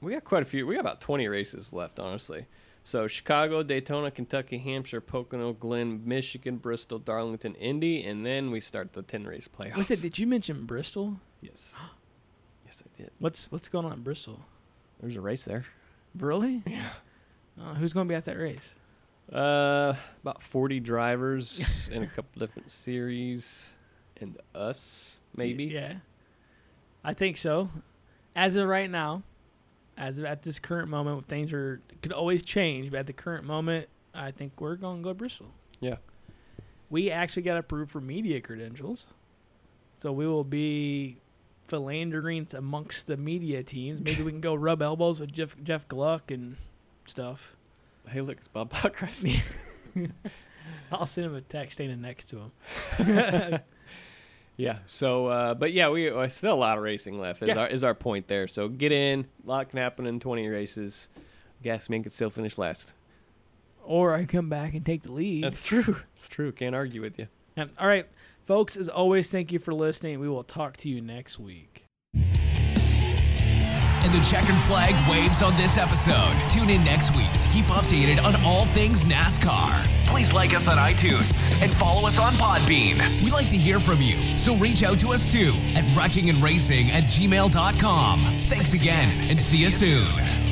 Speaker 3: we got quite a few. We got about twenty races left, honestly. So Chicago, Daytona, Kentucky, Hampshire, Pocono, Glen, Michigan, Bristol, Darlington, Indy, and then we start the ten race playoffs.
Speaker 2: What's it? Did you mention Bristol?
Speaker 3: yes, yes, I did.
Speaker 2: What's what's going on in Bristol?
Speaker 3: There's a race there.
Speaker 2: Really? Yeah. Uh, who's going to be at that race?
Speaker 3: Uh, about forty drivers in a couple different series, and us maybe.
Speaker 2: Yeah. I think so. As of right now, as of at this current moment, things are could always change, but at the current moment, I think we're going to go to Bristol.
Speaker 3: yeah.
Speaker 2: we actually got approved for media credentials. So we will be philandering amongst the media teams. Maybe we can go rub elbows with Jeff Jeff Gluck and stuff.
Speaker 3: Hey, look, it's Bob Bachrus.
Speaker 2: I'll send him a text standing next to him.
Speaker 3: Yeah. So, uh, but yeah, we uh, still a lot of racing left. Is
Speaker 2: Yeah.
Speaker 3: our is our point there? So get in. A lot can happen in twenty races. Gasman could still finish last.
Speaker 2: Or I come back and take the lead.
Speaker 3: true. It's true. Can't argue with you.
Speaker 2: Um, all right, folks, as always, thank you for listening. We will talk to you next week.
Speaker 1: And the checkered flag waves on this episode. Tune in next week to keep updated on all things NASCAR. Please like us on iTunes and follow us on Podbean. We like to hear from you, so reach out to us too at wreckingandracing at gmail.com. Thanks again and see you soon.